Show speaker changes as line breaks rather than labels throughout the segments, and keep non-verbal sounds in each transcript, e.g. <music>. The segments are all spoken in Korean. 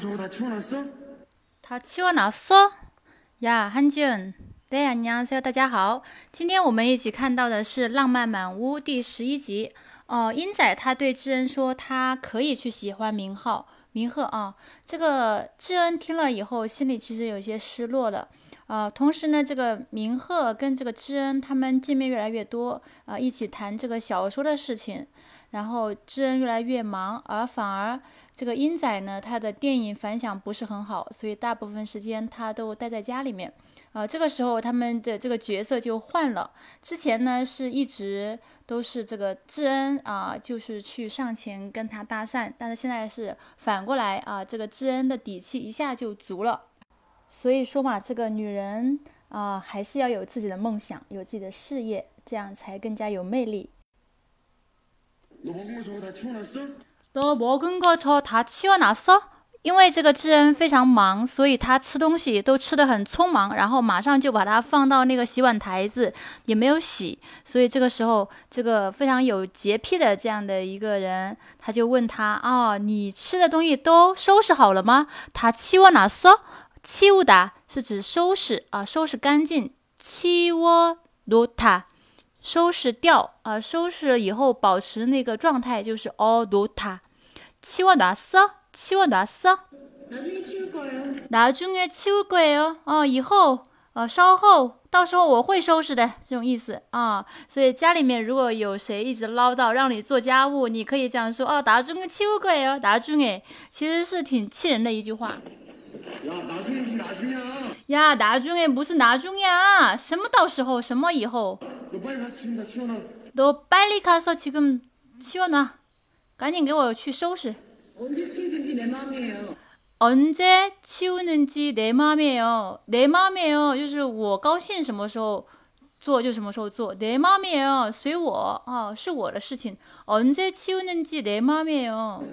저거 다 치워놨어?
다 치워놨어? 야, 한지은. 네, 안녕하세요. 大家好。今天我们一起看到的是《浪漫满屋》第十一集。哦、英仔他对智恩说，他可以去喜欢明浩、明赫啊。这个智恩听了以后，心里其实有些失落了。呃，同时呢，这个明赫跟这个智恩他们见面越来越多，呃，一起谈这个小说的事情。然后智恩越来越忙，而反而这个英仔呢，他的电影反响不是很好，所以大部分时间他都待在家里面。呃，这个时候他们的这个角色就换了。之前呢是一直都是这个智恩啊、就是去上前跟他搭讪，但是现在是反过来啊、这个智恩的底气一下就足了。所以说嘛，这个女人啊、还是要有自己的梦想，有自己的事业，这样才更加有魅力。
너 먹은 거 저거 다 치워놨어?
너 먹은 거 저 다 치워놨어? 因为这个智恩非常忙，所以他吃东西都吃得很匆忙，然后马上就把它放到那个洗碗台子，也没有洗。所以这个时候，这个非常有洁癖的这样的一个人，他就问他：“哦，你吃的东西都收拾好了吗？”他치워놨어？치우다是指收拾啊、收拾干净。치워놓다收拾掉啊、收拾以后保持那个状态就是어놓다。 치워놨어? 치워놨어?
나중에 치울 거예요.
나중에 치울 거예요. 어, 以后, 어, 稍后,到时候我会收拾的这种意思啊。所以家里面如果有谁一直唠叨让你做家务，你可以这样说哦， 나중에 치울 거예요. 나중에 其实是挺气人的一句话。야
야 나중에 무슨 나중이야
나중에 무슨 나중이야? 什么到时候什么以后？
너 빨리 가서 지금 다 치워놔
너 빨리 가서 지금 치워놔. 赶紧给我去收拾。
언제 치우든지 내 마음이에요.
언제 치우는지 내 맘이에요. 내 맘이에요. 就是我高兴什么时候做就什么时候做.내 맘이에요. 随我.啊,是我的事情. 언제 치우는지 내 맘이에요.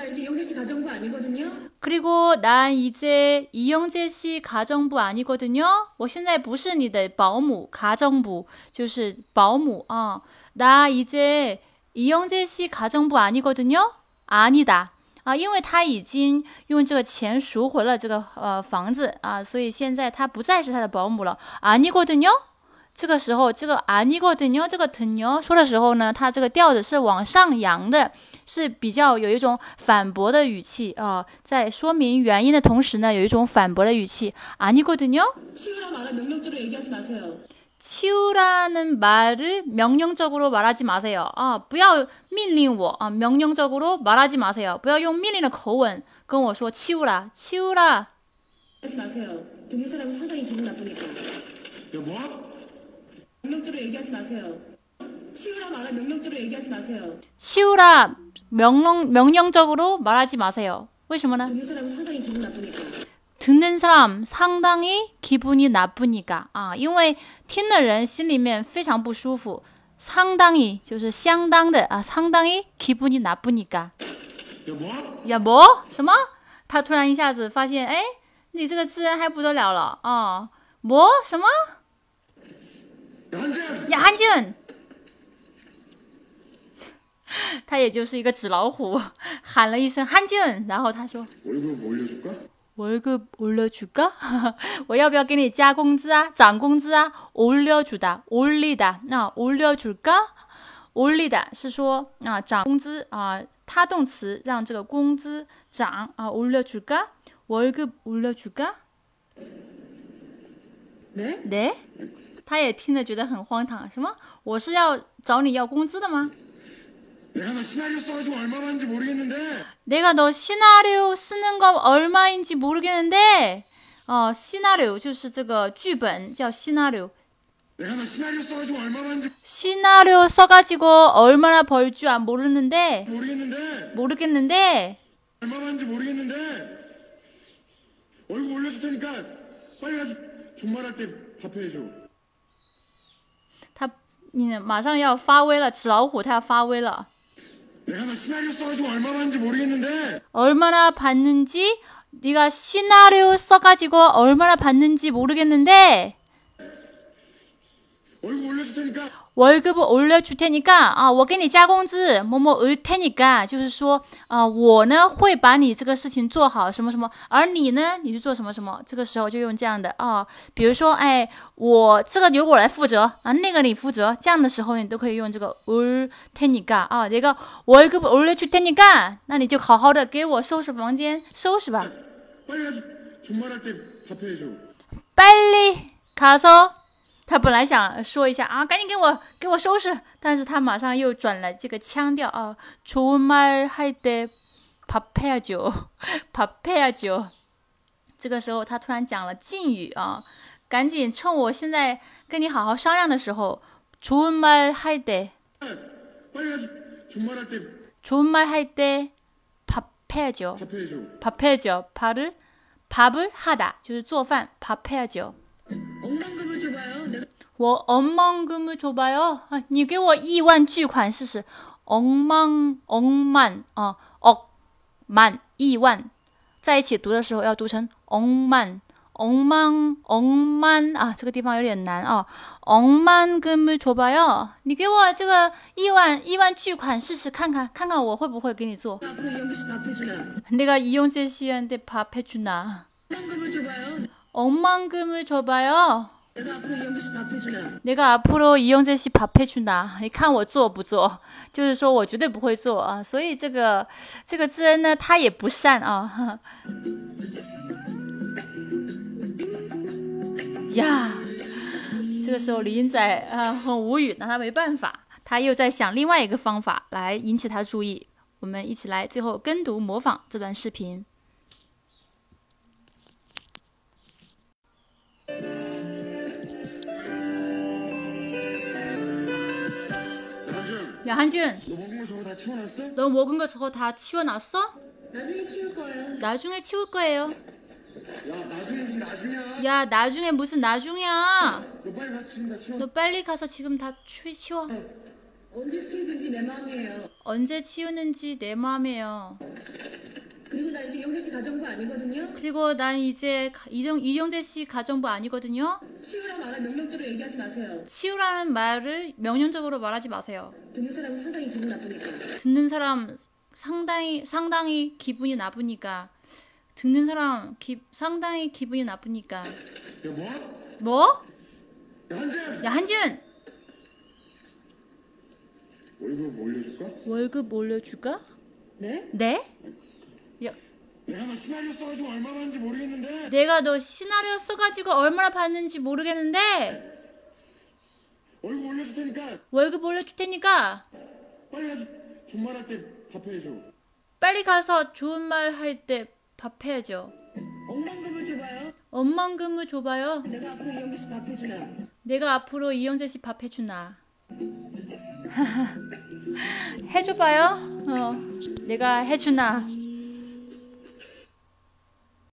그리고 나 이제 영재 씨 가정부 아니거든요.
그리고 난 이제 이영재 씨 가정부 아니거든요. 我现在不是你的保姆, 가정부. 就是保姆. 아, 나 이제 이영재 씨 가정부 아니거든요. 아니다. 啊，因为他已经用这个钱赎回了这个呃房子啊，所以现在他不再是他的保姆了。아니거든요。这个时候，这个아니거든요这个든요说的时候呢，它这个调子是往上扬的，是比较有一种反驳的语气啊、在说明原因的同时呢，有一种反驳的语气。아니거든요
치우라 말아 명령적으로 얘기하지 마세요.
치우라는 말을 명령적으로 말하지 마세요. 아, 不要命令我. 아, 명령적으로 말하지 마세요. 不要用命令的口吻跟我说 치우라, 치우라.
하지 마세요. 듣는 사람은 상당히 기분 나쁘니까.
야 뭐야?
명령적으로 얘기하지 마세요. 치우라 말아 명령적으로 얘기하지 마세요.
치우라 명령 명령적으로 말하지 마세요. 为什么呢?
듣는 사람은 상당히 기분 나쁘니까.
듣는 사람 상당히 기분이 나쁘니까 아, 因为听的人心里面非常不舒服. 상당히 就是相当的 아, 상당히 기분이 나쁘니까.
야 뭐야?
呀不什么？他突然一下子发现，哎，你这个智恩还不得了了啊！不、什么？
야 한재야
呀，安静。他也就是一个纸老虎，喊了一声“安静”，然后他说
월급 뭐 올려줄까?
월급올려줄까？我 <laughs> 要不要给你加工资啊？涨工资啊？올려주다올리다那올려줄까？올리다 아, 是说啊涨工资啊，他动词让这个工资涨啊。 아, 올려줄까월급올려줄까？
네?
네？他也听了觉得很荒唐，什么？我是要找你要工资的吗？
내가 너 시나리오 써가지고 얼마 받는지 모르겠는데
내가 너 시나리오 쓰는 거 얼마인지 모르겠는데, 어 시나리오 就是这个剧本叫 시나리오。
내가 너 시나리오 써가지고 얼마 받는지
시나리오 써가지고 얼마나 벌 줄 안 모르는데
모르겠는데
모르겠는데
얼마 받는지 모르겠는데 월급 올려줄 테니까 빨리 가서 존말할 때 밥해줘
他你马上要发威了，纸老虎他要发威了。
내가 너 시나리오 써가지고 얼마 받는지 모르겠는데
얼마나 받는지 네가 시나리오 써가지고 얼마나 받는지 모르겠는데
월급 올려줄 테니까
월급을 올려줄 테니까啊，我给你加工资，某某을 테니까，就是说啊，我呢会把你这个事情做好，什么什么，而你呢，你去做什么什么，这个时候就用这样的啊，比如说，哎，我这个由我来负责啊，那个你负责，这样的时候你都可以用这个을 테니까啊，这个월급을올려줄테니까，那你就好好的给我收拾房间，收拾吧。
빨리 가서 존말할 때 밥해줘.
빨리 가서 他本来想说一下啊，赶紧给我给我收拾，但是他马上又转了这个腔调啊，出门还得밥해야죠 <laughs> 밥해야죠。这个时候他突然讲了敬语啊，赶紧趁我现在跟你好好商量的时候，出门还得
빨리 가서 존말할 때
出门还得밥해야죠
밥해줘.
밥해야죠밥을밥을하다就是做饭밥해야죠。
엉망금을 줘봐요. 내가
我 엉망금을 줘봐요. 아, 你给我亿万巨款试试。 엉망 엉만 어 억만 亿万，在一起读的时候要读成 엉만 엉망 엉만 啊，这个地方有点难啊。 엉만금을 줘봐요. 你给我这个亿万亿万巨款试试看看，看看我会不会给你做。
앞으로 이영규 씨 밥해주나.
내가 이용재 씨한테 밥 해주나.
엉망금을 줘봐요.
엉망금을 줘봐요.
내가 앞으로 이영규 씨 밥해주나.
내가앞으로이용재씨밥해주나？你看我做不做？就是说我绝对不会做啊，所以这个这个智恩呢，他也不善啊。 <laughs> 呀，这个时候李英仔啊、呃很无语，拿他没办法，他又在想另外一个方法来引起他注意。我们一起来最后跟读模仿这段视频。
남준,
야한준,
너 먹은 거 저거 다 치워놨어?
너 먹은 거 저거 다 치워놨어?
나중에 치울 거예요.
나중에 치울 거예요.
야, 나중에 무슨 나중이야?
야 나중에 무슨 나중이야
너 빨리 가서 지금 다 치워.
너 빨리 가서 지금 다 추, 치워
언제 치우든지 내 마음이에요.
언제 치우는지 내 마음이에요
그리고 나 이제 이영규 씨 가정부 아니거든요.
그리고 난 이제 가- 이정, 이정재 씨 가정부 아니거든요
치우라 말아 명령적으로 얘기하지 마세요.
치우라는 말을 명령적으로 말하지 마세요
듣는 사람은 상당히 기분 나쁘니까.
듣는 사람 상당히 상당히 기분이 나쁘니까 듣는 사람 기, 상당히 기분이 나쁘니까
야, 뭐?
뭐?
야, 한재!
야 한지은
월급 뭐 올려줄까?
월급 올려줄까?
네?
네? 야
내가 너 시나리오 써가지고 얼마 받는지 모르겠는데
내가 너 시나리오 써가지고 얼마나 받는지 모르겠는데
월급 올려줄 테니까
월급 올려줄 테니까
빨리 가서 존말할 때 밥해줘.
빨리 가서 좋은 말 할 때 밥 해야죠.
엉망금을 줘봐요.
엄만금을 줘봐요.
내가 앞으로 이영규 씨 밥해주나.
내가 앞으로 이영재 씨 밥 해주나. <laughs> 해줘봐요. 어, 내가 해주나.